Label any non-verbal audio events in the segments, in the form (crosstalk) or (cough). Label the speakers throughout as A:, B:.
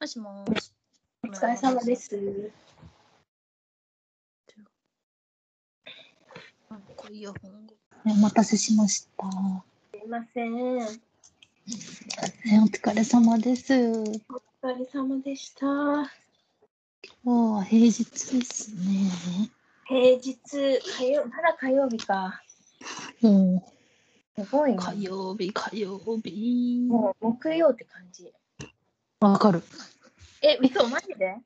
A: もしもし。
B: お疲れ様です。
A: なんかイヤホンが
C: お待たせしました。
B: すいません。お疲
C: えお疲れ様です。
B: れ様でした。
C: 今日は平日ですね。
B: 平日、火曜、まだ火曜日か。
C: うん。
B: すごいね。
A: 火曜日、火曜日。
B: もう木曜って感じ。
C: わかる。
B: え、嘘、マジで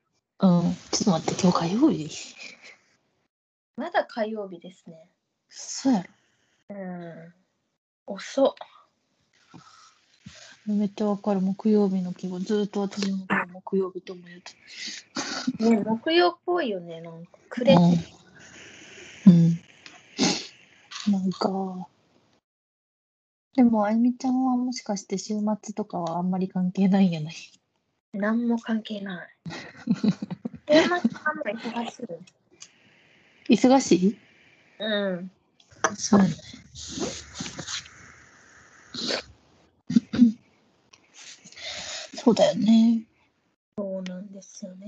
C: うん。ちょっと待って、今日火曜日。
B: まだ火曜日ですね。
C: そうや
B: うん。遅っ。
C: ろ。めっちゃわかる。木曜日の気分。ずーっと私も今日木曜日と思えて
B: ね、木曜っぽいよね。なんか、くれ、
C: うん。うん。なんか。でも、あゆみちゃんはもしかして週末とかはあんまり関係ないんやない。
B: なんも関係 (laughs) ない。週末あんま忙しい。
C: 忙しい
B: うん。
C: そうね。そうだよね。
B: そうなんですよね。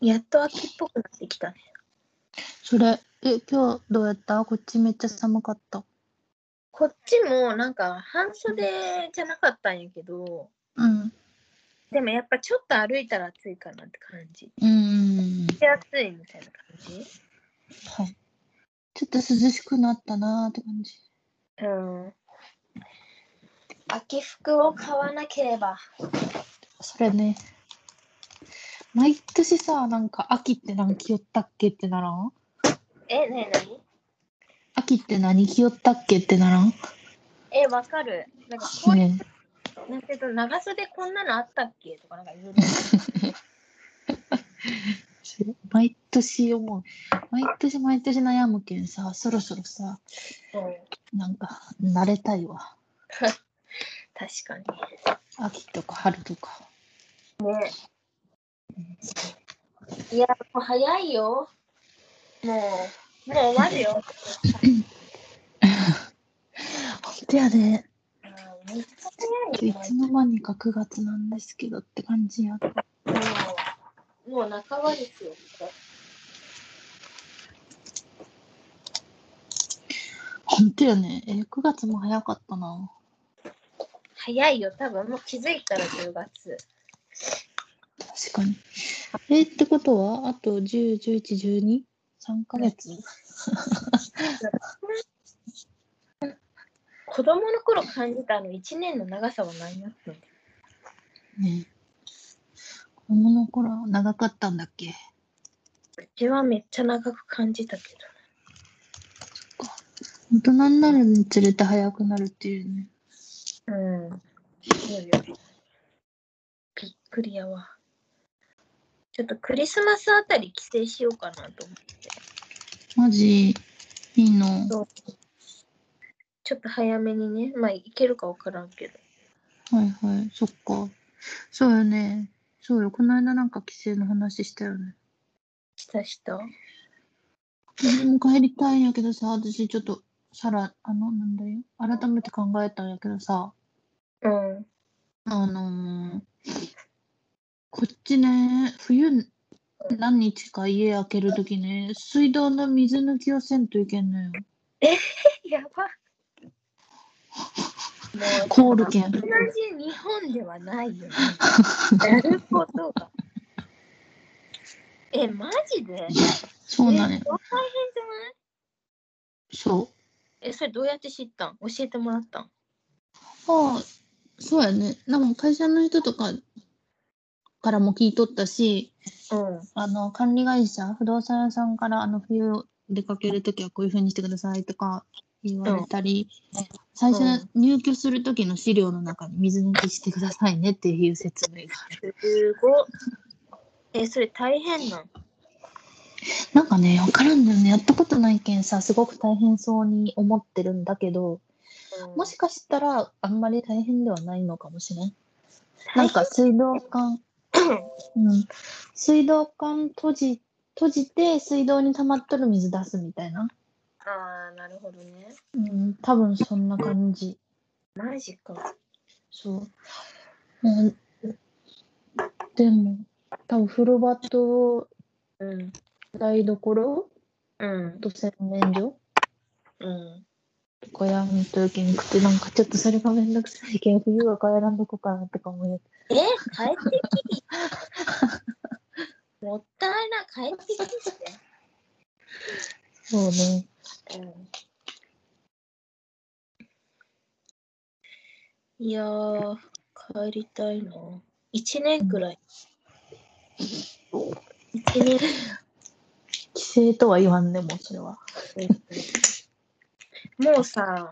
B: やっと秋っぽくなってきたね。
C: それ、え、今日どうやったこっちめっちゃ寒かった。
B: こっちもなんか半袖じゃなかったんやけど、
C: うん。
B: でもやっぱちょっと歩いたら暑いかなって感じ。
C: うん。
B: で暑いみたいな感じ。
C: はい。ちょっと涼しくなったなーって感じ。
B: うん。秋服を買わなければ。
C: それね。毎年さ、なんか秋って何着よったっけってならん
B: え、ねえ何
C: 秋って何着よったっけってならん
B: え、わかる。なんかこういう、
C: ね
B: なんていうと長袖こんなのあったっけとかなんか言うの。
C: それ毎年思う。毎年毎年悩むけんさ、そろそろさ、
B: そう
C: なんか慣れたいわ。
B: 確かに。
C: 秋とか春とか。
B: いや、もう早いよ。もう、もう終わる (laughs) よ。
C: 本当やね。
B: うんめっちゃ早い
C: い
B: よ
C: つの間にか9月なんですけどって感じや。
B: もう、もう半ばですよ。
C: 本当やね。え、9月も早かったな。
B: 早いよ、多分もう気づいたら10月。
C: 確かに。え、ってことは、あと10、11、12? 3ヶ月
B: 子供の頃感じたあの1年の長さは何やったの
C: ね子供の頃長かったんだっけ
B: うちはめっちゃ長く感じたけど。
C: 大人になるにつれて早くなるっていうね。
B: うん。そうよびっくりやわ。ちょっとクリスマスあたり帰省しようかなと思って。
C: マジ、いいの。
B: そうちょっと早めにね、まあ行けるか分からんけど。
C: はいはい、そっか。そうよね。そうよ、この間なんか帰省の話したよね。
B: したした。
C: でも帰りたいんやけどさ、私ちょっと、さら、あの、なんだよ。改めて考えたんやけどさ、
B: うん。
C: あのーこっちね、冬、何日か家開けるときね、水道の水抜きをせんといけんのよ。
B: やば。もう
C: 凍るけん
B: 同じ日本ではない (laughs) よね。なるほど。え、マジで
C: そうなんや
B: え。大変じゃない
C: そう。
B: え、それどうやって知ったん教えてもらったん
C: ああ、そうやね。なんか会社の人とかからも聞いとったし、
B: うん。
C: あの管理会社、不動産屋さんからあの冬出かけるときはこういうふうにしてくださいとか言われたり、最初の入居するときの資料の中に水抜きしてくださいねっていう説明がある。
B: すごっ。え、それ大変なん
C: なんかね、わからんだよね。やったことないけんさ、すごく大変そうに思ってるんだけ
B: う
C: ど、
B: ん
C: もしかしたらあんまり大変ではないのかもしれん。なんか水道管、うん、水道管閉じ閉じて水道に溜まっとる水出すみたいな、
B: ああ、なるほどね。
C: うん、多分そんな感じ
B: マジか。
C: そう、うん、でも多分風呂場と
B: うん。
C: 台所
B: うん。
C: と洗面所
B: うん。
C: とかやんといけんくてなんかちょっとそれがめんどくさいけん冬は帰らんとこかなとか思う
B: え、帰って (laughs) きもったいない、帰ってきて。
C: そうね
B: うんいやー、帰りたいな。一年くらい。一年
C: 帰省とは言わんでもそれは
B: もうさ、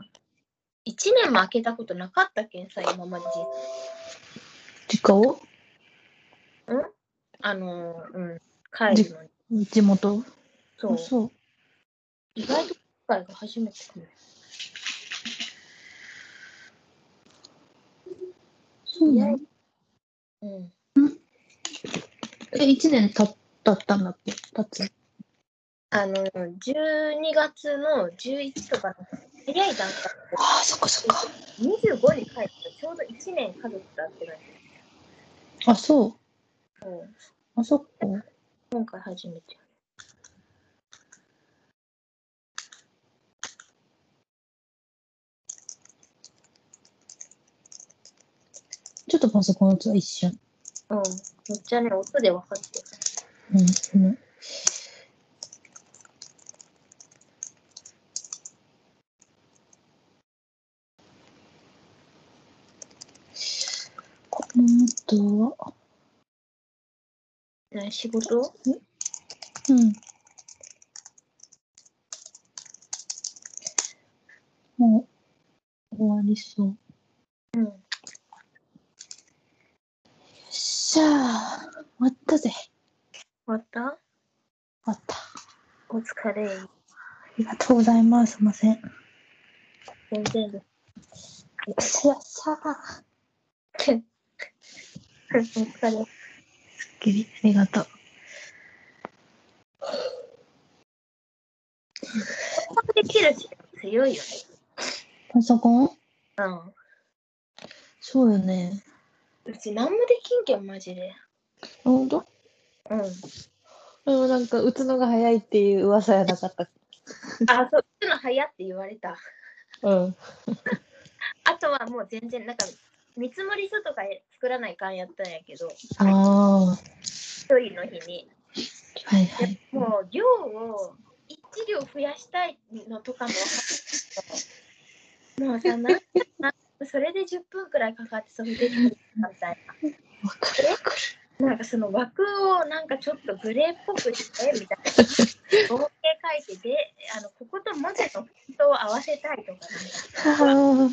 B: 一年も開けたことなかったけんさ、今まで。
C: 実家を
B: あのー、うん、帰るのに。
C: 地元
B: そう
C: あ。そう
B: 意外と今回が初めてかも。
C: そうなの
B: うん。
C: え1年た経ったんだっけ経つ
B: あの、12月の11とかの早い段
C: ああそっかそっか
B: 階で、25に帰ったらちょうど1年家族と会ってないんです
C: あそう
B: けど、うん
C: あそっか
B: 今回初めて。
C: ちょっとパソコン打つわ一瞬
B: うん。めっちゃね、音で分かってる。
C: うんごめんこの後は
B: ね、仕事
C: うんもう終わりそうよ
B: うん。
C: っしゃー終わったぜ
B: また
C: 終わった
B: お疲れ。
C: ありがとうございます。すいません。いっ
B: 全然です。
C: しゃいっしゃー。
B: (laughs) お疲れ。
C: すっきり。ありがとう。
B: できるし、強いよね。
C: パソコン
B: うん。
C: そうよね。
B: うち何もできんけん、マジで。
C: ほんと
B: うん。
C: でもなんか打つのが早いっていう噂やなかった。
B: あ、そう、打つの早って言われた。
C: うん。
B: あとはもう全然、なんか、見積もり書とか作らないかんやったんやけど、
C: ああ。
B: 一人の日に。
C: はいはい。
B: もう、量を、一量増やしたいのとかも分かってた。もうさ、なんなんそれで10分くらいかかって、それできるみたい
C: わかるわかる。
B: な。なんかその枠をなんかちょっとグレーっぽくして、みたいな。合計書いて、で、あの、ここと文字のフォントを合わせたいとか、なんか。
C: あ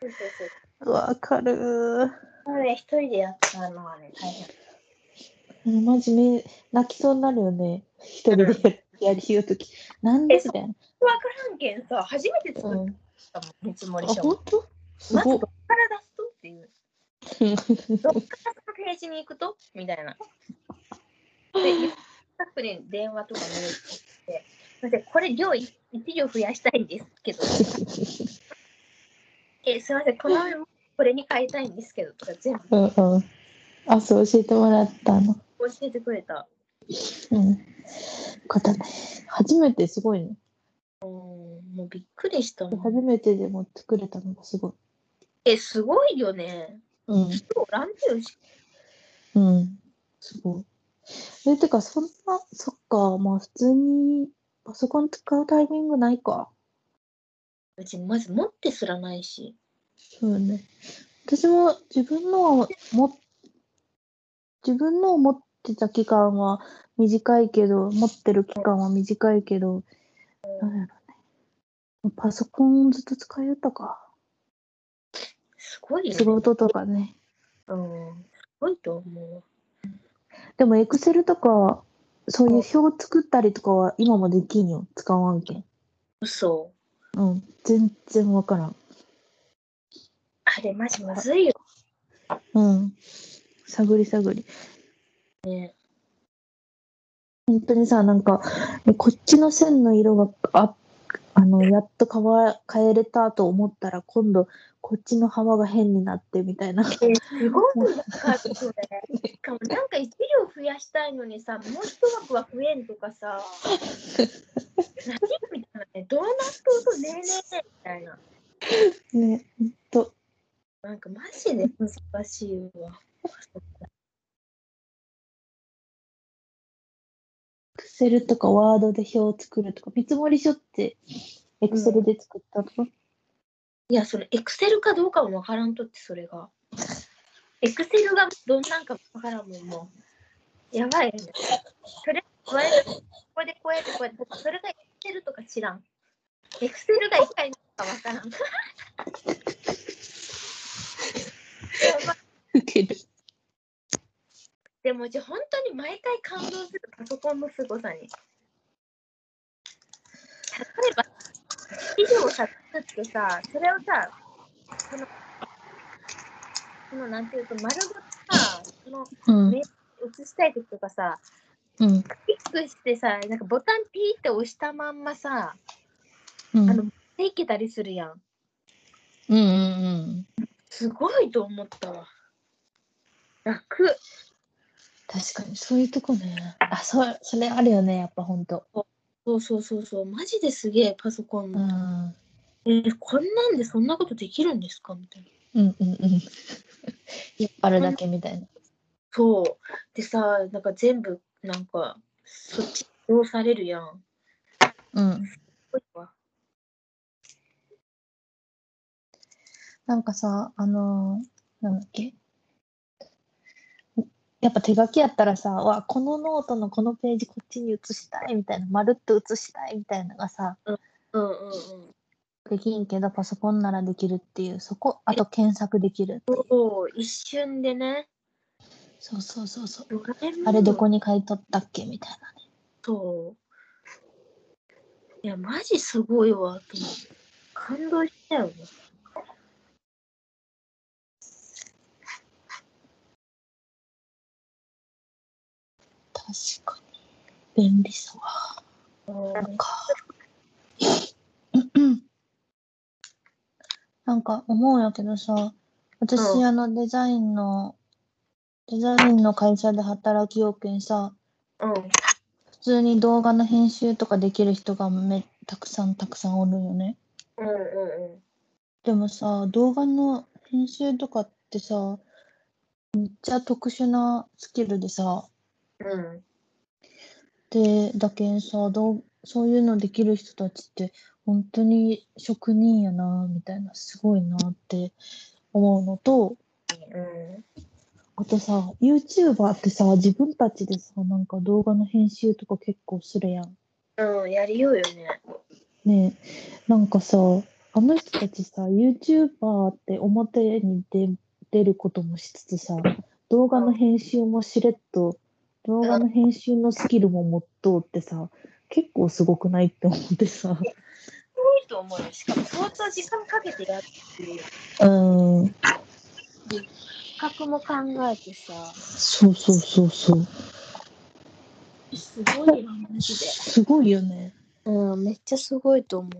B: そうそうそう。
C: あ。 (laughs) わかるー。
B: これ一人でやったのはね、大変。
C: うんマジめ泣きそうになるよね。一人でやるやりようとき。なんでみたいな。
B: わからんけんさ、初めて作っ
C: うん。
B: たもん、見積も
C: あ、
B: り書。
C: ほんとす
B: まず
C: ご
B: ど
C: っ
B: っ。から出すとっていう。どっからそのページに行くとみたいな。で、スタッフに電話とかメールして、だってこれ量い一量増やしたいんですけど、えすいません、この上もこれに変えたいんですけどとか全部
C: うんうん。あ、そう教えてもらったの。
B: 教えてくれた。
C: うん。方ね。初めてすごいね。
B: うんもうびっくりしたもん。
C: 初めてでも作れたのがすごい。
B: え、すごいよね。
C: うん。
B: 今日ランチをし
C: うん。すごい。え、てか、そんな、そっか、まあ普通にパソコン使うタイミングないか。
B: うちまず持ってすらないし。
C: そうね。私も自分のをも、自分のを持ってた期間は短いけど、持ってる期間は短いけど、なんやろね。パソコンずっと使いよったか。
B: すごいよ、ね。
C: 仕事とかね。
B: うん。すごいと思
C: でも、エクセルとか、そういう表を作ったりとかは今もできんよ。使わんけん。
B: う。嘘。
C: うん。全然わからん。
B: あれ、マジむずいよ。
C: うん。探り探り。本当にさ、なんか、こっちの線の色が、あ、あの、やっと変わ、変えれたと思ったら、今度、こっちの幅が変になってみたいな。
B: えすごくかるそれ。しかもなんか一量増やしたいのにさ、もう一枠は増えんとかさ、何みたいなね、どうなっとうとねえねえねえみたいな。
C: ね、ほんと。
B: なんかマジで難しいわ。
C: エクセルとかワードで表を作るとか、見積もり書って、エクセルで作ったの、
B: いや、それ、エクセルかどうかもわからんとって、それが。エクセルがどんなんかわからんもん、もう。やばいよね。それ、こうやって、ここでこうやって、こうやって、それがエクセルとか知らん。エクセルが一回なんかわからん。 (laughs) やばい
C: 受ける。
B: でも、じゃ本当に毎回感動するパソコンの凄さに。例えば、資料をさ、作ってさ、それをさ、その、そのなんていうと、丸ごとさ、その、
C: うん。
B: 写したい時とかさ、
C: うん。
B: クリックしてさ、なんかボタンピーって押したまんまさ、
C: う
B: あ
C: ん。
B: の、持っていけたりするやん。
C: うんうん。
B: すごいと思ったわ。楽。
C: 確かに、そういうとこね。あ、そう、それあるよね、やっぱほんと。
B: そうそうそうそう、マジですげえ、パソコン
C: う
B: も。
C: ん。
B: えーこんなんでそんなことできるんですかみたいな。
C: うんうんうん。 (laughs) 引っ張るだけみたいな。
B: そう。でさ、なんか全部、なんか、そっちに移動されるやん。
C: うん。
B: ほいわ
C: なんかさ、あのーなんだっけ。やっぱ手書きやったらさ、わ、このノートのこのページこっちに写したいみたいな、まるっと写したいみたいなのがさ、
B: うんうんうん。
C: できんけどパソコンならできるっていう、そこ、あと検索できるっていう。
B: そう、一瞬でね。
C: そうそうそうそう。
B: ドラえもん
C: あれどこに書いとったっけみたいなね。
B: そう。いや、マジすごいわ、と思って感動したよね。
C: 確かに。便利そう。なんか、なんか思うんやけどさ、私、
B: うん
C: あのデザインの、デザインの会社で働きようけんさ、
B: うん。
C: 普通に動画の編集とかできる人がめたくさんたくさんおるよね。
B: うんうんうん。
C: でもさ、動画の編集とかってさ、めっちゃ特殊なスキルでさ、
B: うん、
C: で、だけんさ、どう、そういうのできる人たちって、本当に職人やな、みたいな、すごいなって思うのと、
B: う
C: あとさ、YouTuber ってさ、自分たちでさ、なんか動画の編集とか結構するやん。
B: ん、うん、やりようよね。
C: ねえ、なんかさ、あの人たちさ、YouTuber って表に出、出ることもしつつさ、動画の編集もしれっと、動画の編集のスキルも持っとうってさ、結構すごくないって思ってさ。
B: すごいと思うよ。しかも相当時間かけてやってるよ。
C: うん、
B: 企画も考えてさ、
C: そうそうそうそう。
B: すごいよ、マジで。
C: すごいよね。
B: うん、めっちゃすごいと思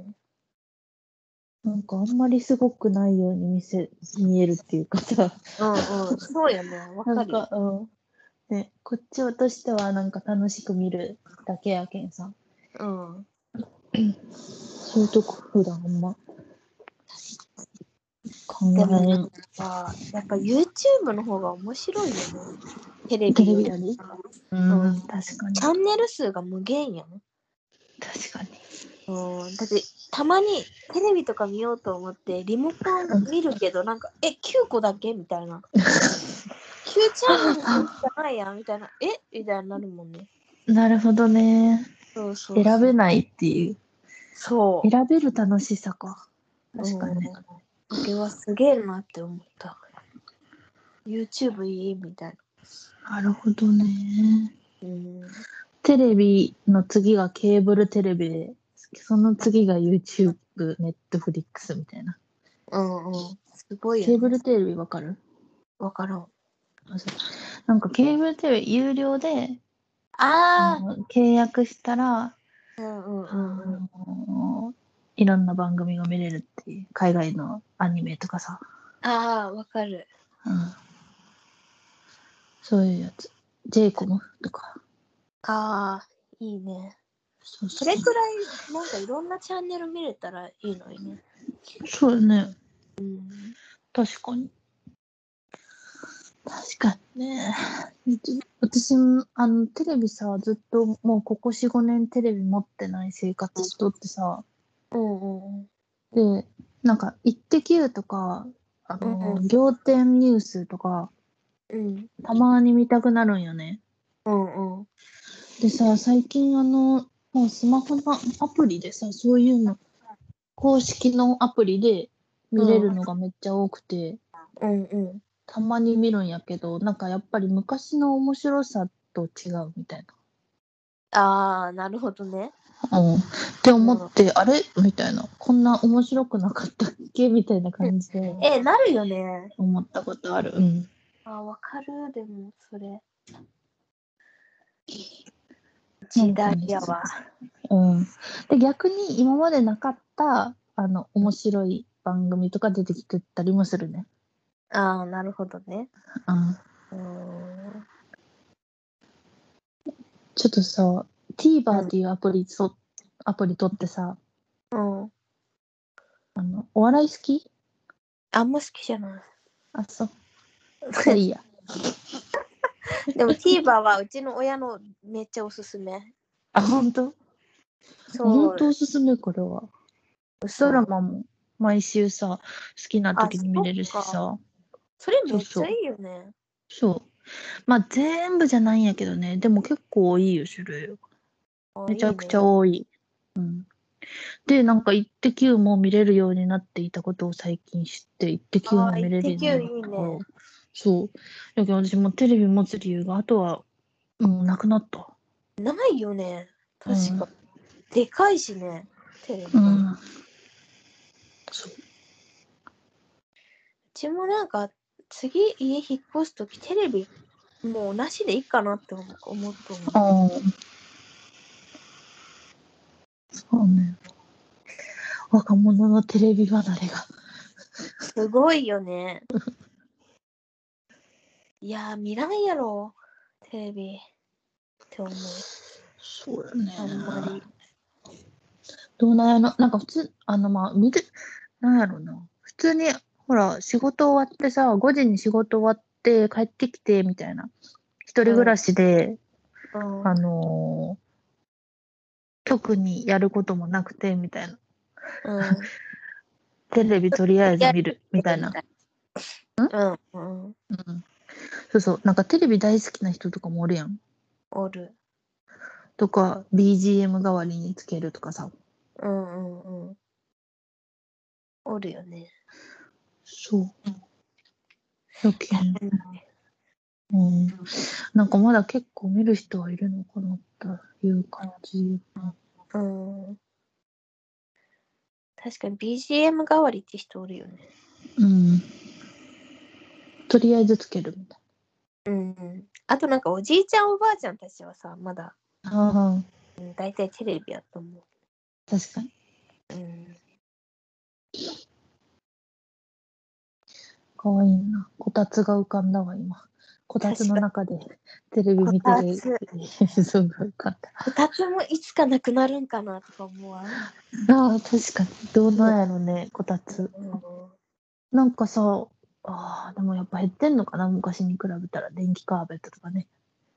B: う。
C: なんかあんまりすごくないように見せ見えるっていうかさ、
B: うんうん、そうやね。わ
C: な
B: か
C: ん
B: るよ。
C: か、うん、ね、こっちとしてはなんか楽しく見るだけやけんさ、
B: うん。
C: そういうとこ普段あんま考
B: でも
C: えな
B: ないん。か、やっぱ YouTube の方が面白いよね。テレ
C: テ
B: ビ
C: レ
B: よ
C: ビ
B: り
C: より
B: ん
C: うん、確かに。
B: チャンネル数が無限やん。
C: 確かに。
B: うん、だって、たまにテレビとか見ようと思って、リモコン見るけど、なんか、え、9個だけみたい (laughs) な。9チャンネルじゃないやんみたいな。えみたいになるもんね。
C: なるほどね。
B: そうそうそう
C: 選べないっていう。
B: そう。
C: 選べる楽しさか。確かに
B: う
C: ね。
B: ん。これはすげえなって思った。YouTube いいみたいな。
C: なるほどね。
B: うん。
C: テレビの次がケーブルテレビで、その次が YouTube、Netflix みたいな。
B: うんうん。すごいよ、
C: ケ
B: ね
C: ー。ブルテレビわかる
B: わからん。
C: あそうなんかケーブルテレビ有料であ
B: ああ。
C: の契約したら、
B: うんうん
C: あのいろんな番組が見れるっていう海外のアニメとかさ、
B: ああ、わかる。
C: うん、そういうやつ j コムとか
B: ああ、いいね。
C: そうそ
B: そうれくらい、なんかいろんなチャンネル見れたらいいのにね。
C: そうよね、確かに確かにね私もあのテレビさずっともうここ45年テレビ持ってない生活しとってさ
B: うんうんうん。
C: でなんか「イッテ Q!」とかあの、
B: うんうん
C: 仰天ニュースとか
B: うん
C: たまに見たくなるんよね。
B: うんうん。
C: でさ最近あのもうスマホのアプリでさそういうの公式のアプリで見れるのがめっちゃ多くて、
B: うんうん。
C: たまに見るんやけどなんかやっぱり昔の面白さと違うみたい
B: ああ、なるほどね。
C: な。うん、って思って、あれみたいなこんな面白くなかったっけみたいな感じで
B: え、なるよね。
C: 思ったことある。うん、
B: ああ、わかる。でも、それ。
C: 時
B: 時代やわ。。
C: うん、で逆に今までなかったあの面白い番組とか出てきてたりもするね。
B: ああ、なるほどね。
C: うん
B: うん。
C: ちょっとさ、TVer っていうアプリそ、アプリ取ってさ、
B: うん。
C: あの、お笑い好き
B: あんま好きじゃない。
C: あ、そう。 (laughs) じゃあいいや。
B: でも TVer はうちの親のめっちゃおすすめ。
C: あ、本当
B: そう
C: 本。当おすすめ、これは。
B: 嘘
C: ドラマも毎週さ、好きな時に見れるし
B: あそ
C: さ。
B: それめっちゃいいよね。
C: そう。まあ、全部じゃないんやけどね。でも結構多いよ、種類。めちゃくちゃ
B: いいね
C: 多い。うん。で、なんか、イッテ Q も見れるようになっていたことを最近知って、イッテ Q も見れるようになった
B: あーイッテ Q いいね
C: からそう。だけど私もテレビ持つ理由が、あとは、うん、なくなった。
B: ないよね。
C: うん
B: 確か。でかいしね。テレビ
C: う。
B: が。うん
C: そう。
B: ちもなんか、次家引っ越すときテレビもうなしでいいかなって思う思うと思う。
C: ああ。そうね。若者のテレビ離れが。
B: すごいよ (laughs) ね。いやー、見らんやろ。テレビ。って思う。
C: そうだね
B: あんまり。
C: どうなんやろなんか普通、あの、まあ、見て、なんやろな。普通に、ほら、仕事終わってさ、5時に仕事終わって帰ってきて、みたいな。一人暮らしで、
B: うん
C: あのー特にやることもなくて、みたいな。
B: うん
C: テレビとりあえず見る、みたいな。。
B: うんうん。
C: うん。そうそう。なんかテレビ大好きな人とかもおるやん。
B: おる。
C: とか、BGM 代わりにつけるとかさ。
B: うんうんうん。おるよね。
C: そう。だけどうん、なんかまだ結構見る人はいるのかなという感じ。
B: うん。確かに BGM 代わりって人おるよね。
C: うん。とりあえずつけるみたい
B: うんうん。あとなんかおじいちゃんおばあちゃんたちはさ、まだ
C: な。ああ、
B: うん大体テレビやと思
C: 確かに。
B: う。うん。
C: かわいいな。こたつが浮かんだわ、今。こたつの中でテレビ見てる
B: こ
C: 映像が浮かんだ。
B: こたつもいつかなくなるんかなとか思わん。
C: ああ、確かに。どうなんやろね、こたつ。
B: う
C: なんかさ、ああ、でもやっぱ減ってんのかな、昔に比べたら。電気カーペットとかね。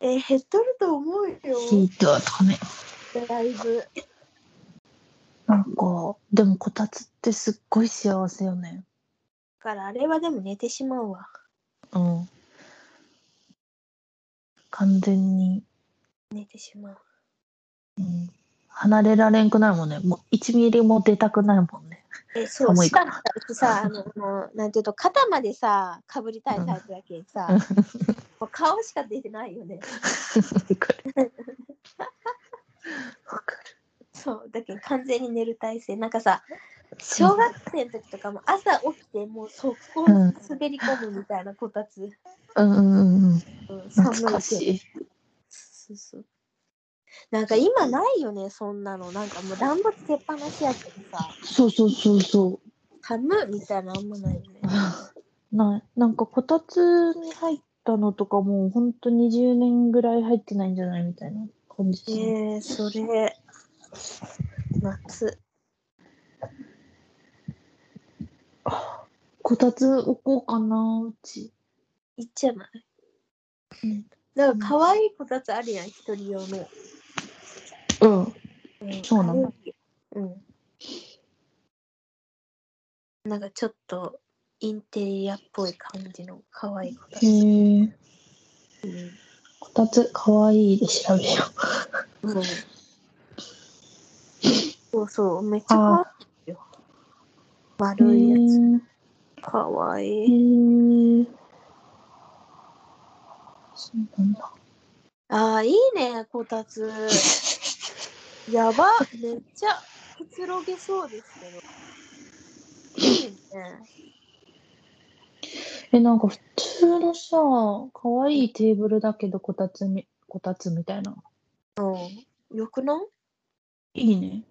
B: ん、えー、減っとると思うよ。
C: ヒーターとかね。
B: だいぶ。
C: なんか、でもこたつってすっごい幸せよね。
B: だからあれはでも寝てしまうわ。
C: うん。完全に、
B: 寝てしまう。
C: うん、離れられんくなるもんね。もう1ミリも出たくないもんね。
B: え、そう、
C: 寒い
B: し
C: か
B: からもさうちさ、あの、もうなんていうと、肩までさ、かぶりたいタイプだけにさ、もう顔しか出てないよね。
C: わかる。わか
B: そう、だけど完全に寝る体勢。なんかさ、小学生の時とかも朝起きて、もう速攻
C: うん
B: 滑り込むみたいなこたつ。
C: うんうんうん。
B: うん、
A: 懐かし
B: い。
A: い。
B: そうそうなんか今ないよね、そんなの。なんかもう暖房つけっぱなしやけどさ、
C: そうそうそうそ
B: 寒みたいなのあんまないよ (laughs) ね。
C: う。ななんかこたつに入ったのとかもうほんと20年ぐらい入ってないんじゃないみたいな感じですね。
B: えー、それ、夏。
C: こたつ置こうかな、うち。
B: いっちゃない
C: うん。
B: なんか可愛いこたつあるやん、一人用の。
C: うん。
B: うん
C: そうなの
B: あれうん。なんかちょっとインテリアっぽい感じの可愛いこたつ。
C: へえ。こたつかわいいで調べよう。
B: うんそうそう、めっちゃ可愛いよ。丸いやつ。可愛
C: へ
B: いい。
C: え。そうなんだ。
B: ああ、いいね、こたつ。やば、めっちゃくつろげそうですけど。いいね。
C: え、なんか普通のさ、かわいいテーブルだけどこたつみ、こたつみたいな。
B: うん。よくない
C: いいね。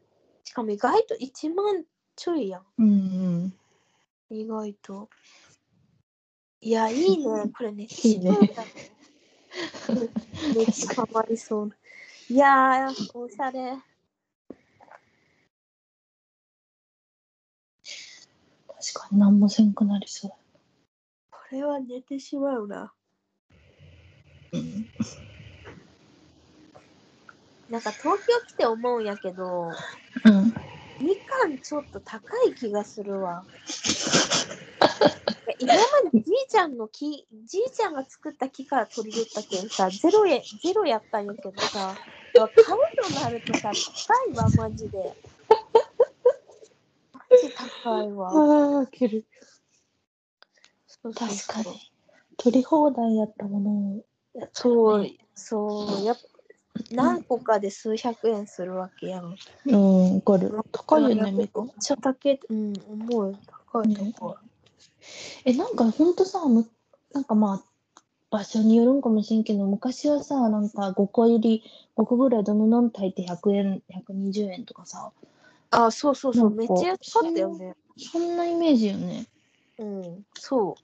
B: しかも意外と1万ちょいやん。
C: うん
B: 意外と。いや、いいね。
C: (laughs)
B: これね、
C: いいね
B: めっちゃハマりそうな。いやー、おしゃれ。
C: 確かに何もせんくなりそう。
B: これは寝てしまうな。なんか東京来て思うんやけど、
C: うん。
B: みかんちょっと高い気がするわ。今までじいちゃんの木、じいちゃんが作った木から取り寄ったけんさ、ゼロやゼロやったんやけどさ、買うとなるとさ、高いわ、マジで。マジ高いわ。
C: ああ、ける。
B: そうそう
C: 確
B: そう
C: かに。取り放題やったも
B: そう、そう、やっぱ何個かで数百円するわけやん。
C: の。うん、わかる。高いよね、
B: め
C: み
B: っ
C: かん。
B: ちゃ高い、うん、思う。高い高
C: え、なんかほんとさ、むなんかまあ、場所によるんかもしれんけど、昔はさ、なんか5個入り、5個ぐらいどののん炊いて100円、120円とかさ、
B: い。あ、そうそうそう、めっちゃ安かったよね。
C: そんなイメージよね。
B: うん、そ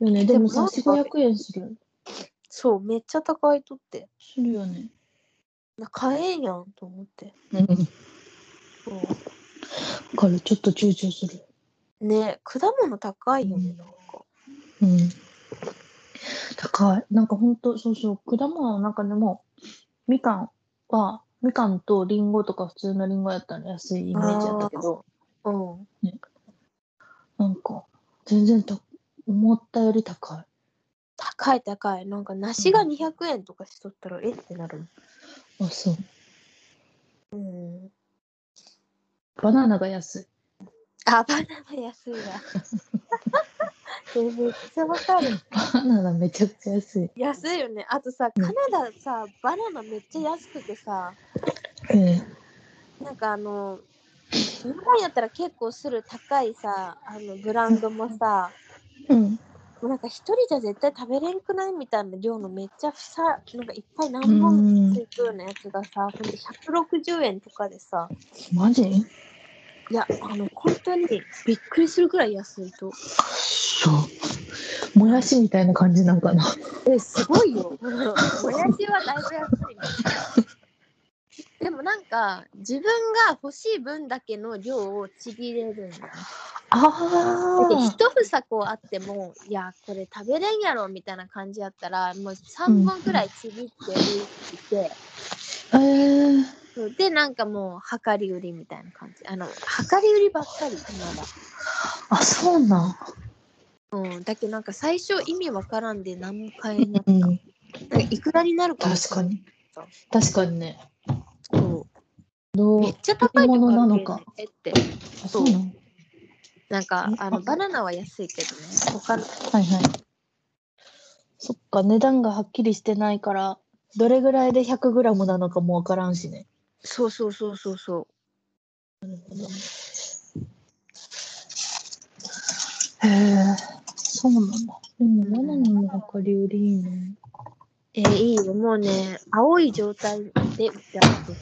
B: う。
C: よね、でもさ、
B: でも
C: 4、500円する。
B: そう、めっちゃ高いとって。
C: するよね。
B: な買えんやんと思って。
C: うん。わ
B: そう
C: かる、ちょっと躊躇する。
B: ね果物高いよね、なんか。
C: うん。高い。なんかほんと、そうそう、果物の中でも、みかんは、みかんとりんごとか普通のりんごやったら安いイメージやったけど、
B: うん。
C: なんか、全然た思ったより高い。
B: 高い高い。なんか梨が200円とかしとったら、えってなる
C: あ、そう。
B: もん。うん。
C: バナナが安い。 (laughs)
B: あ、バナナ安い (laughs) わ。めっちゃわかる。
C: バナナめちゃくちゃ安い。
B: 安いよね。あとさ、カナダさ、バナナめっちゃ安くてさ、
C: うん。
B: なんかあの、日本やったら結構する高いさ、あのブランドもさ、
C: うん。
B: もうなんか一人じゃ絶対食べれんくないみたいな量のめっちゃふさ、なんか一回何
C: うん
B: 本ついてるようなやつがさ、ほんと160円とかでさ、
C: マジ
B: いや、あの、本当にびっくりするぐらい安いと。
C: そう。もやしみたいな感じなんかな。
B: え、すごい
C: (laughs)
B: よ。もやしはだいぶ安いね。でもなんか、自分が欲しい分だけの量をちぎれるんだよね。だって
C: あ
B: 一房こうあっても、いや、これ食べれんやろみたいな感じやったら、もう3本くらいちぎって置いて、
C: あ。ええ
B: そうで、なんかもう、量り売りみたいな感じ。あの、量り売りばっかり、
C: あ、そうなん。
B: まだ。うん、だけどなんか最初意味わからんで何も買えない。
C: うん。
B: なんかいくらになるかも
C: 確
B: し
C: か
B: れない。
C: に。確かにね。
B: そう
C: ど
B: めっちゃ高いとこ
C: 本物な
B: ある
C: の
B: けど
C: か
B: ねえって。
C: あそうなの
B: なんか
C: ね、
B: あの、バナナは安いけどね。他の、
C: はいはい。そっか、値段がはっきりしてないから、どれぐらいで 100g なのかもわからんしね。
B: そうそうそうそうそ
C: へえ、そうなんだ。えでもマナの量り売りいいね。
B: えーいいよ。もうね、青い状態でじゃなくて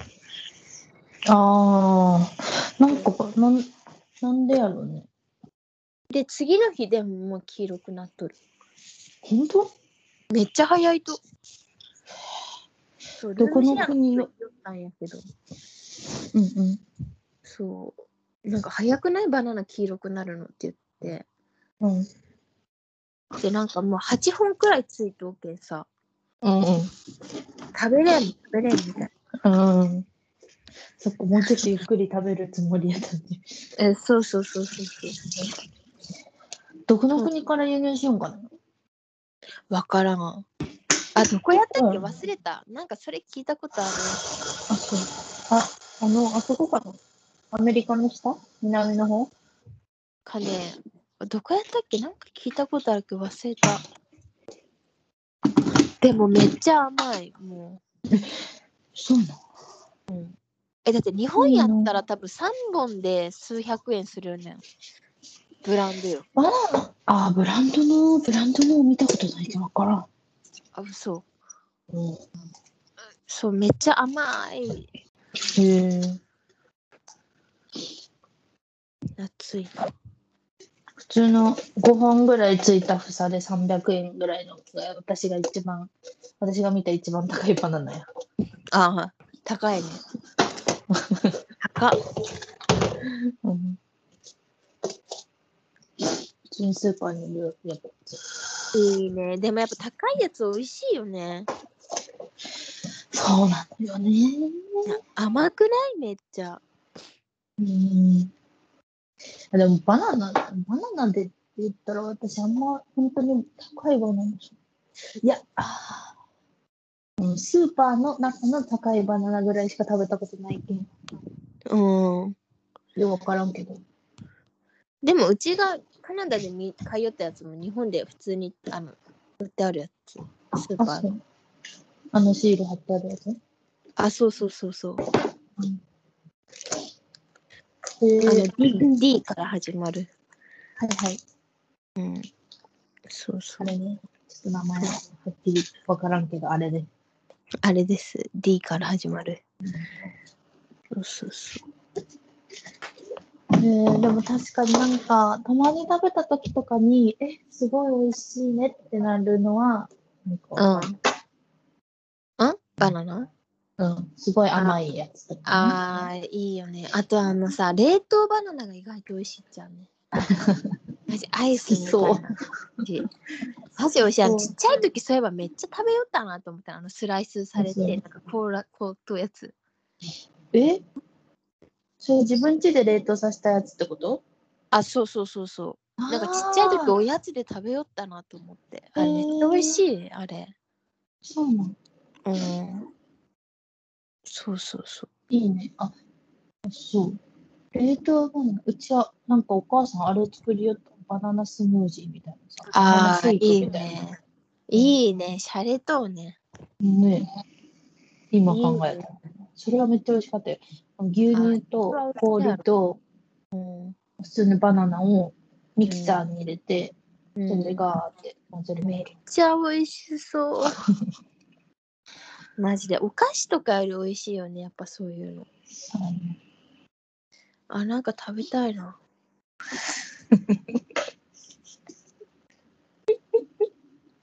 C: ああ、なんかなんなんでやろうね。
B: で、次の日でももう黄色くなっとる。
C: 本当？
B: めっちゃ早いと。そう
C: どこ
B: ルー
C: の
B: ジア
C: 国
B: の
C: よ
B: 時だったんやけど。
C: うんうん。
B: そう。なんか早くないバナナ黄色くなるのって言って。
C: うん
B: で、なんかもう8本くらいついておけんさ。
C: うん
B: 食べれん、食べれんみたいな。
C: うん。うん。そっかもうちょっとゆっくり食べるつもりやったね。
B: え、そうそうそうそうそう。
C: どこの国から輸入しようかな。
B: わからん。あ、どこやったっけ
C: うん
B: 忘れた。なんかそれ聞いたことある。
C: あ、そう。あ、あの、あそこかな。アメリカの下南の方
B: かね、どこやったっけなんか聞いたことあるけど忘れた。でもめっちゃ甘い。もう。
C: そうなの
B: え、だって日本やったら多分3本で数百円するよね。ブランドよ。
C: バナナあー、ブランドの、ブランドの見たことないけどわからん。
B: あ、そう。
C: うん、
B: そう、めっちゃ甘い。
C: へえ。
B: 夏い。
C: 普通の5本ぐらいついた房で300円ぐらいのが私が一番私が見た一番高いバナナや
B: ああ、高いね。高っ。
C: うん普通にスーパーにいるやつ
B: いいね。でもやっぱ高いやつ美味しいよね。
C: そうなのよね
B: 甘くないめっちゃ。
C: うんあでもバナナバナナでって言ったら私あんま本当に高いバナナいやあーうんスーパーの中の高いバナナぐらいしか食べたことないけん
B: うん。
C: よくわからんけど
B: でもうちがカナダでみ買い寄ったやつも日本で普通にあの売ってあるやつ。スーパ
C: あ
B: ー
C: そ
B: の。
C: うあのシール貼ってあるやつ
B: あ、そうそうそうそう。
C: へえ
B: あの
C: はい
B: D, D から始まる。
C: はい。
B: うん。そうそ
C: あ
B: う。
C: れね。ちょっと名前はっきりわからんけど、あれで。
B: あれです。D から始まる。そうそうそう。
C: えー、でも確かになんか、たまに食べた時とかに、え、すごい美味しいねってなるのは、なんか、
B: うん。んバナナ
C: うん、すごい甘いやつとか、
B: ああ、いいよね。あとあのさ、冷凍バナナが意外と美味しいじゃんね。マジアイスみたいな感じ。マジ美味しい。あの
C: そ
B: ち
C: う
B: っちゃい時そういえばめっちゃ食べよったなと思ったらあのスライスされて、
C: そう
B: なんかコーラ、コートやつ。
C: ね。えそれ自分家で冷凍させたやつってこと
B: あ、そうそうそうそう。なんかちっちゃい時
C: あー
B: おやつで食べよったなと思って。あれめっちゃ美味しい、あれ。
C: そうなの。
B: うん。そうそうそう。
C: いいね。あ、そう。冷凍バナナ。うちは、なんかお母さんあれ作りよった。バナナスムージーみたいなさ。
B: あ
C: バナナ
B: あ、
C: シェ
B: い
C: イク
B: い
C: みたいな。
B: ね。いいね。シャレとうね。
C: ね今考えたら。それはめっちゃ美味しかったよ。牛乳と
B: あ
C: 氷と普通のバナナをミキサーに入れて、
B: うん
C: それでガーって混ぜるみたい
B: めっちゃ美味しそう。 (laughs) マジでお菓子とかより美味しいよね、やっぱそういうの。
C: な。
B: あ、なんか食べたい
C: (laughs)
B: な。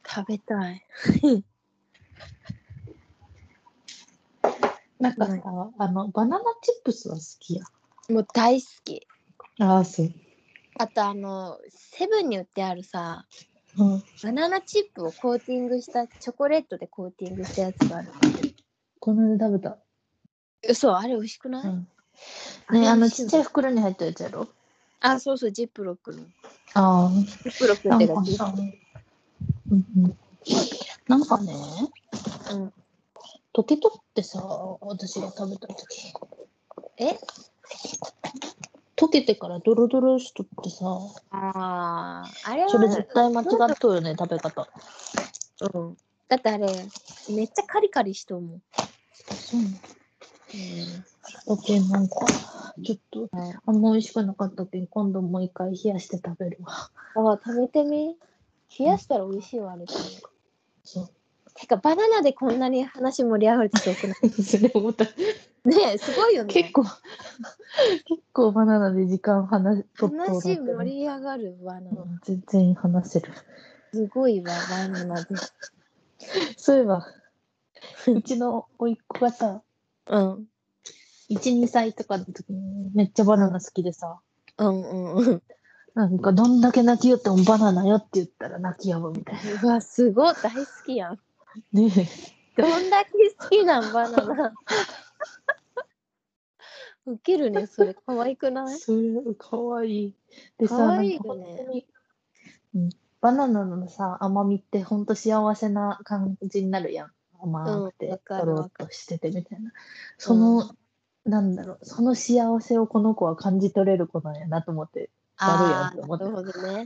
B: 食べたい。
C: なんか
B: う
C: さ、あの、バナナチップスは好きや。
B: もう大好き。
C: ああ、そう。
B: あとあの、セブンに売ってあるさ、
C: うん。
B: バナナチップをコーティングした、チョコレートでコーティングしたやつがある。
C: この間食べた。
B: 嘘、あれ美味しくない、
C: うん。
B: れ
C: ねあ
B: 美
C: の、
B: 味しい
C: ちっちゃい袋に入ったやつやろ
B: あ、そうそう、ジップロックの。
C: ああ。
B: ジップロック
C: な
B: って
C: ん
B: か
C: か
B: ジップ
C: さ、うんうん、なんかね、
B: うん
C: 溶けとってさ、私が食べた時
B: え
C: 溶けてからドロドロしとってさ、
B: あーあれは
C: それ絶対間違っとうよね、食べ方。
B: うんだってあれめっちゃカリカリしと思う、
C: そうだけなんか、ちょっと、あんま美味しくなかったけど、今度もう一回冷やして食べるわ。
B: ああ食べてみ冷やしたら美味しいわ、あれって。
C: そう
B: てか、バナナでこんなに話盛り上がるってよく (laughs) ない
C: それ思った
B: ねえ、すごいよね。
C: 結構 (laughs) 結構バナナで時間話取った
B: 話盛り上がるバナナ。
C: 全然話せる
B: すごいわ、バナナで。
C: そういえばうちの甥っ子がさ
B: うん。
C: 12歳とかの時にめっちゃバナナ好きでさ
B: うんうんうん。
C: なんかどんだけ泣きよってもバナナよって言ったら泣きやむみたいう
B: わ、すごい、大好きやん。
C: なね
B: どんだけ好きなん、バナナ。ウケるね、それ。可愛くない
C: それかわいいでさ
B: 可愛いよね
C: なんか本当にうん、バナナのさ甘みってほんと幸せな感じになるやん甘く
B: うんわ
C: て
B: か
C: と
B: る
C: ろ
B: わ
C: っ
B: か
C: としててみたいなその、なんだろうその幸せをこの子は感じ取れる子なんやなと思って
B: ああ
C: やるやんと思
B: ー、な
C: っ
B: るほ
C: た
B: どね。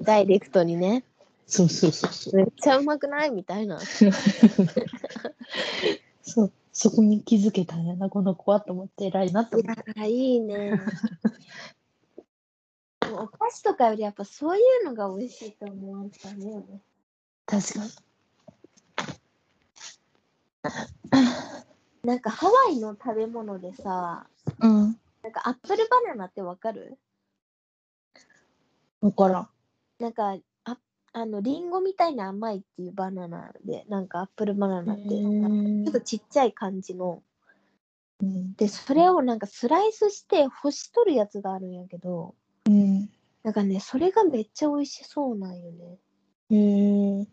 B: ダイレクトにね。
C: そうそうそうそう
B: めっちゃうまくないみたいな。
C: そうそこに気づけたんやなこの子はと思って偉いなと
B: い
C: 思っ
B: や
C: て
B: ーいい (laughs) ね。でもお菓子とかよりやっぱそういうのが美味しいと思われたね。
C: 確かに
B: なんかハワイの食べ物でさ、
C: うん
B: なんかアップルバナナってわかる
C: 分からん
B: なんかああのリンゴみたいな甘いっていうバナナで、なんかアップルバナナって、
C: へ
B: ち
C: ー
B: ょっとちっちゃい感じの。
C: うん
B: で、それをなんかスライスして干し取るやつがあるんやけど、
C: うん
B: なんかね、それがめっちゃ美味しそうなんよね。
C: へえ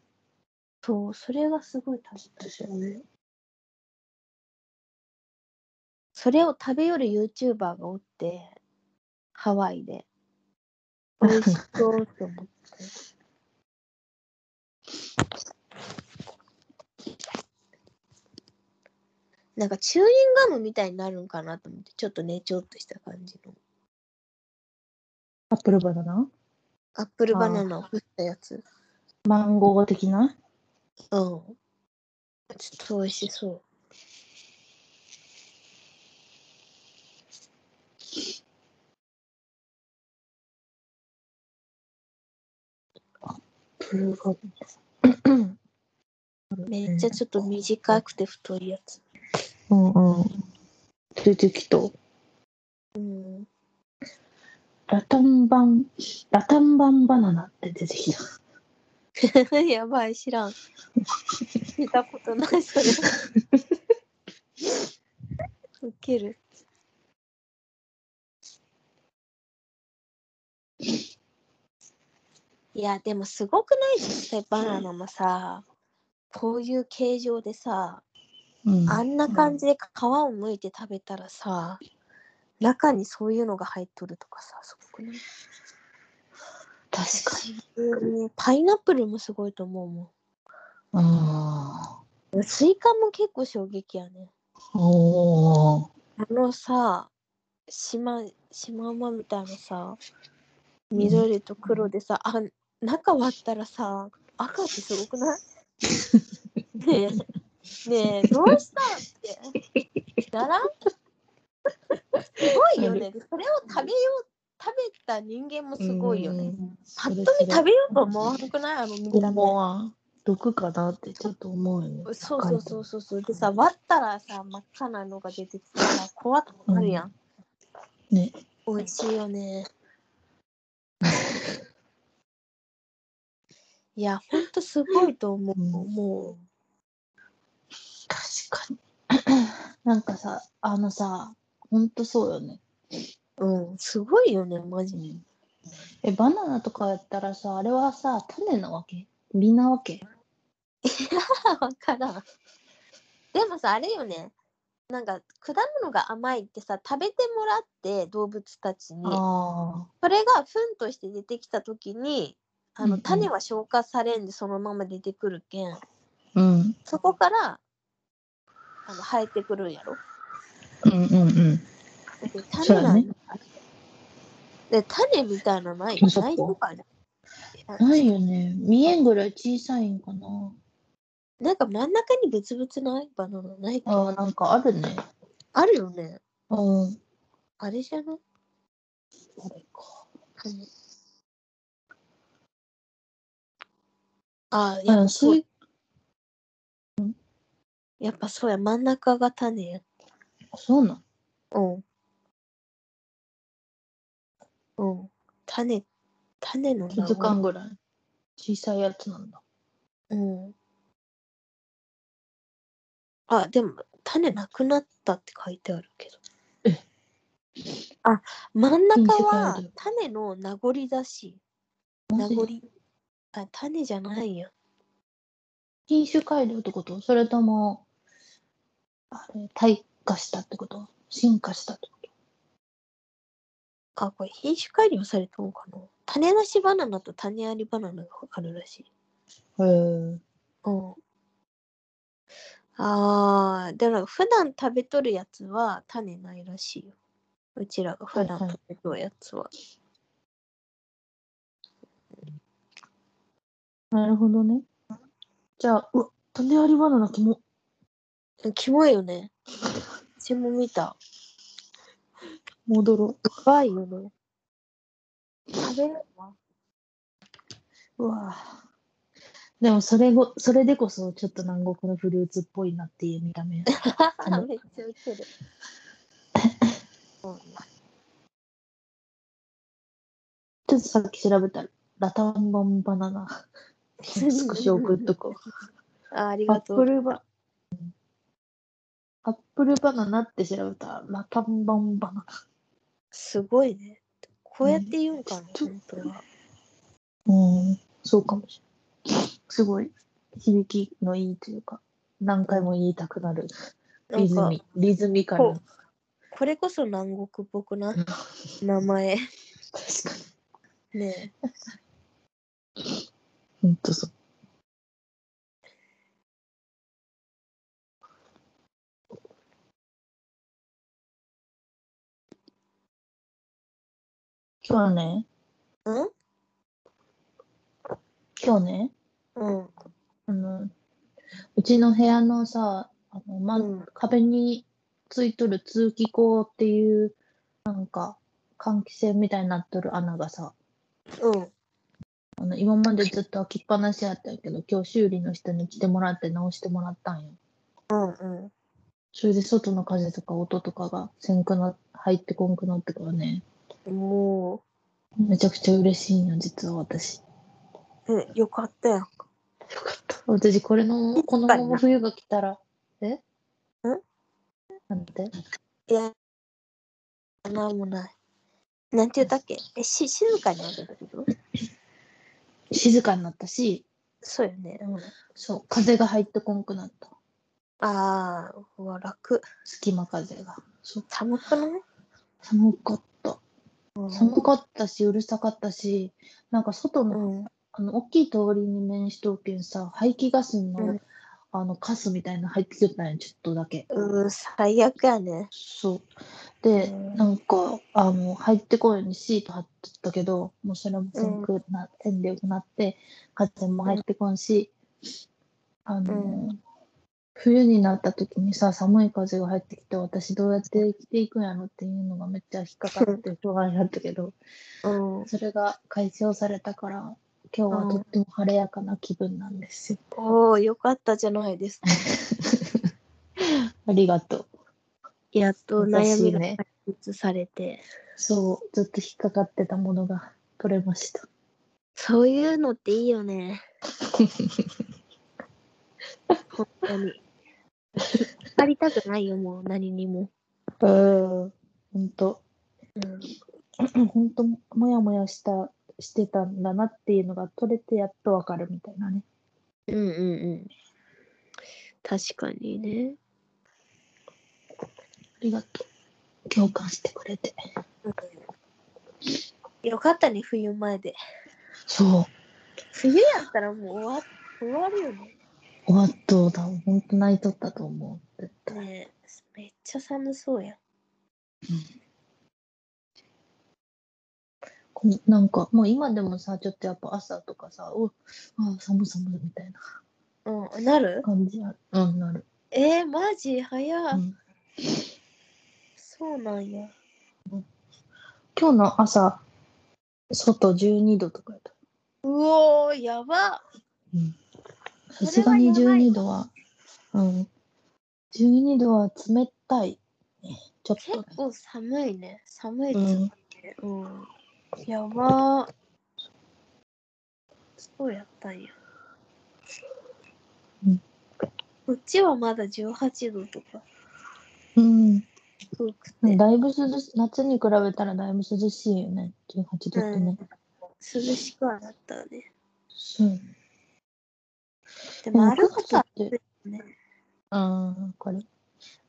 B: そう、それがすごい食べたい。
C: 私はね
B: それを食べよる YouTuber がおって、ハワイで。美味しそうって思って。なんかチューインガムみたいになるんかなと思って、ちょっとねちょっとした感じの。
C: アップルバナナ
B: アップルバナナを振ったやつ。うん。
C: マンゴー的な
B: ちょっと美味しそう。
C: プルバ
B: めっちゃちょっと短くて太いやつ。
C: うんうん出てきた
B: うん。
C: ラタンバンラタンバンバナナって出てき
B: (laughs)
C: た
B: やばい、知らん。見たことない、それ。ウケる。いや、でもすごくない実際バナナもさ、こういう形状でさ、
C: うん
B: あんな感じで皮をむいて食べたらさ、中にそういうのが入っとるとかさ、すごくない
C: 確かに
B: パイナップルもすごいと思うもん。
C: あ
B: スイカも結構衝撃やね。
C: あおー
B: あのさ、島、シマウマみたいなさ、緑と黒でさ、あ、中割ったらさ、赤ってすごく
C: (laughs)
B: ないねえ、ねえ、どうしたんって。ならんすごいよね。それを食べよう、食べた人間もすごいよね。
C: うん
B: ぱ
C: そ
B: っ
C: れ
B: と
C: それ
B: 見食べようと思わなくないあの見た目。
C: 思わん毒かなってちょっと思うよね
B: そうそうそうそうそう。でさ、割ったらさ、真っ赤なのが出てきてさ、怖くなるやん。
C: ね
B: 美味しいよね。 (laughs) いや、ほんとすごいと思う。
C: うん
B: も
C: 確かに (clears throat) なんかさあのさほんとそうよね
B: う、うん、すごいよね、マジ
C: う
B: で。
C: んえバナナとかやったらさあれはさ種なわけ実なわけ
B: (laughs) わからん。でもさ、あれよね。なんか果物が甘いってさ食べてもらって動物たちに
C: あ
B: それが糞として出てきた時にあ
C: うんう
B: の
C: ん
B: 種は消化されんでそのまま出てくるけん、
C: あうん
B: そこからあの生えてくるんやろ。
C: うんうん
B: で
C: そう
B: 種
C: や
B: なん
C: ね
B: やで種みたいなのない
C: あそっか
B: ないとかね。
C: うんないよね見えんぐらい小さいんかな
B: なんか真ん中にブツブツないバナナない
C: あーなんかあるね
B: あるよね。
C: うん
B: あれじゃない
C: あれか
B: 種あやっぱ
C: うん、
B: そう
C: 水
B: やっぱそうや、真ん中が種や。
C: そうなん
B: うん。うん。種、種の
C: 気
B: 名
C: づかん
B: 前。
C: ぐらい。小さいやつなんだ。
B: うん。あ、でも、種なくなったって書いてあるけど
C: え。
B: あ、真ん中
C: 品種改
B: は
C: 良
B: 種の名残だし。名残。あ、種じゃないんや。
C: 品種改良ってことそれとも、あれ、退化したってこと進化したってこ
B: あ、これ品種改良されたのかな種なしバナナと種ありバナナがあるらしい。
C: とへえ。
B: うん。あー、でも普段食べとるやつは種ないらしいよ。うちらが普段
C: はいはい
B: 食べとるやつは。
C: なるほどね。じゃあ、うわ、種ありバナナキモ。
B: うんキモいよね。うちも見た。
C: 戻ろう。
B: やばいよね。
D: 食べるの
C: うわでもそれご、それでこそちょっと南国のフルーツっぽいなっていう見た目。
B: (laughs)
C: の
B: めっちゃウケる。
C: ちょっとさっき調べたら、ラタンボンバナ (laughs) ナ。少し送っとこう。
B: ああり
C: ア
B: が
C: ッ
B: と
C: プ
B: う。
C: ルバ、アップルバナナって調べたら、ラタンボンバナ
B: すごいね。こうやって言うんかな、
C: ちょ
B: 本当は。
C: ナ。うん、そうかもしれない。すごい、響きのいいというか、何回も言いたくなる。
B: な
C: リ
B: ん
C: ズ
B: か
C: ミ、リズミから。
B: こ
C: 確か
B: これこそ南国っぽくな
C: うん
B: 名前。
C: に。
B: ねえ。
C: ほんとそう。今日ね、
B: うん
C: 今日ね、
B: うん。
C: あの、うちの部屋のさ、あの、ま、
B: うん
C: 壁についとる通気口っていう、なんか、換気扇みたいになっとる穴がさ、
B: うん。
C: あの、今までずっと開きっぱなしやったんやけど、今日修理の人に来てもらって直してもらったんよ。
B: うん。うん。
C: それで外の風とか音とかがせんくな、入ってこんくなってからね、
B: も
C: めちゃくちゃ嬉しいんよ、実は私。
B: う、うん、よかったよ。
C: 私、これの、このまま冬が来たら、えんなんて
B: いや、なんもない。なんて言ったっけえ、し、静かになったってこと
C: 静かになったし、
B: そうよね。う
C: そう、風が入ってこんくなった。
B: ん。ああ、うわ、楽。
C: 隙間風が。そう、
B: 寒くない
C: 寒かった。
B: うん。
C: 寒かったし、うるさかったし、なんか外の、
B: うん。
C: あの、大きい通りに面しとうけんさ、排気ガスの、
B: うん
C: あの、カスみたいなの入ってきよったんや、ちょっとだけ。
B: うー、最悪やね。
C: そう。で、
B: うん
C: なんか、あの、入ってこいようにシート貼っとったけど、もうそれも全くな、遠慮くなって、風も入ってこんし、あの、冬になった時にさ、寒い風が入ってきて、私どうやって生きていくんやろっていうのがめっちゃ引っかかって不安やったけど、
B: うん。
C: それが解消されたから、今日はとっても晴れやかな気分なんですよ。
B: おお、よかったじゃないですか。
C: ありがとう。
B: やっと
C: 優
B: 悩
C: し
B: み
C: い
B: が
C: ね
B: 解決されて。
C: そう、ずっと引っかかってたものが取れました。
B: そういうのっていいよね。本当に。引っ張りたくないよ、もう何にも。
C: うん、本当。
B: うん、
C: 本当もやもやしたしてたんだなっていうのが取れてやっとわかるみたいなね。
B: うん、うん、うん。確かにね。
C: ありがとう。共感してくれて。
B: よかったね、冬前で。
C: そう。
B: 冬やったらもう終わ終わるよね。
C: 終わっとうだ。本当泣いとったと思う。絶対。
B: ねえめっちゃ寒そうやん。
C: こんなんかもう今でもさ、ちょっとやっぱ朝とかさ、おあー寒寒みたいな
B: うん、なる
C: 感じある。うん、なる。
B: えー、マジ早、
C: うん
B: そうなんや。
C: 今日の朝、外12度とかやった。
B: うおー、やば。
C: さすがに
B: それはやばい
C: 12度は、うん。12度は冷たい。ちょっ
B: 結
C: とね。
B: 構寒いね。寒いっ
C: う
B: て
C: ん。
B: うん。やばー。そうやったんや。
C: うん
B: こっちはまだ18度とか
C: うん
B: 低く
C: う
B: て
C: ん、だいぶ涼し夏に比べたらだいぶ涼しいよね18度ってね、
B: 涼しくはなったわね。
C: そうね
B: で
C: で
B: も
C: も9
B: 歩く
C: 月
B: と
C: って
B: 暑いね。
C: ああこれ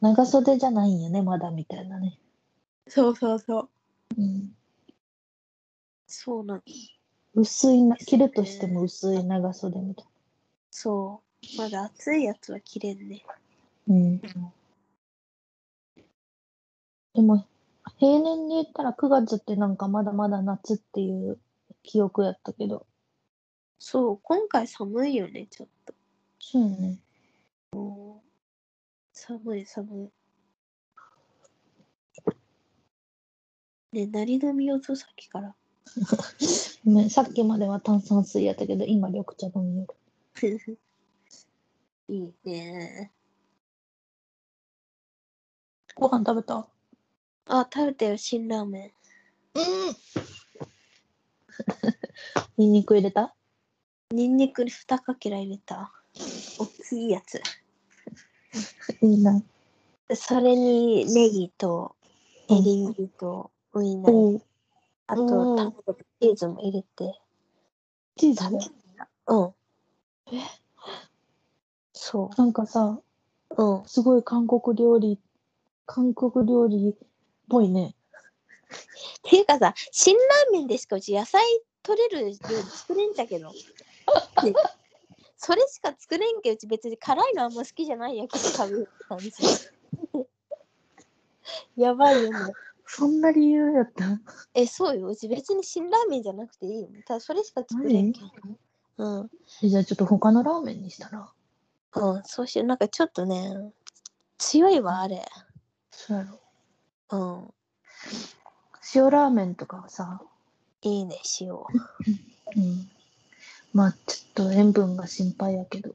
C: 長袖じゃないんよねまだみたいなね
B: そうそうそう。
C: うん
B: そうなん
C: 薄いな
B: ですね
C: 着るとしても薄い長袖みたい
B: そう。まだ暑いやつは着れんね。
C: なうんでも平年で言ったら9月ってなんかまだまだ夏っていう記憶やったけど
B: そう、今回寒いよね、ちょっと。
C: そうよね
B: 寒い寒い。ね、鳴りのみをとさっきから。 (laughs)
C: ごめんさっきまでは炭酸水やったけど今緑茶飲みよる
B: いいね。
C: ご飯食べた
B: あ、食べたよ、辛ラーメン。
C: ニンニク入れた
B: ニンニクに2かけら入れた。大きいやつ。
C: いいな
B: それにネギとエリンギとウインナー、
C: うん
B: あ
C: う
B: と
C: ん
B: 卵とチーズも入れて。
C: チーズね
B: うん。そ
C: なんかさ
B: う。うん。
C: すごい韓国料理、韓国料理っぽい
B: っ
C: ね。
B: ていうかさ、辛ラーメンでしかうち野菜取れる料理作れんじゃけど。ねそれしか作れんけどうち別に辛いのあんま好きじゃないやけど食べる感じ。 (laughs) やばいよね。
C: そんな理由やった
B: え、そうよ。うち別に辛ラーメンじゃなくていいよ。ただそれしか作れんけど。うん。
C: じゃあちょっと他のラーメンにしたら。
B: うん、そうしよう。なんかちょっとね、強いわ、あれ。
C: そうやろ。
B: うん。
C: 塩ラーメンとかはさ、
B: いいね、塩。
C: うん。まあちょっと塩分が心配やけど。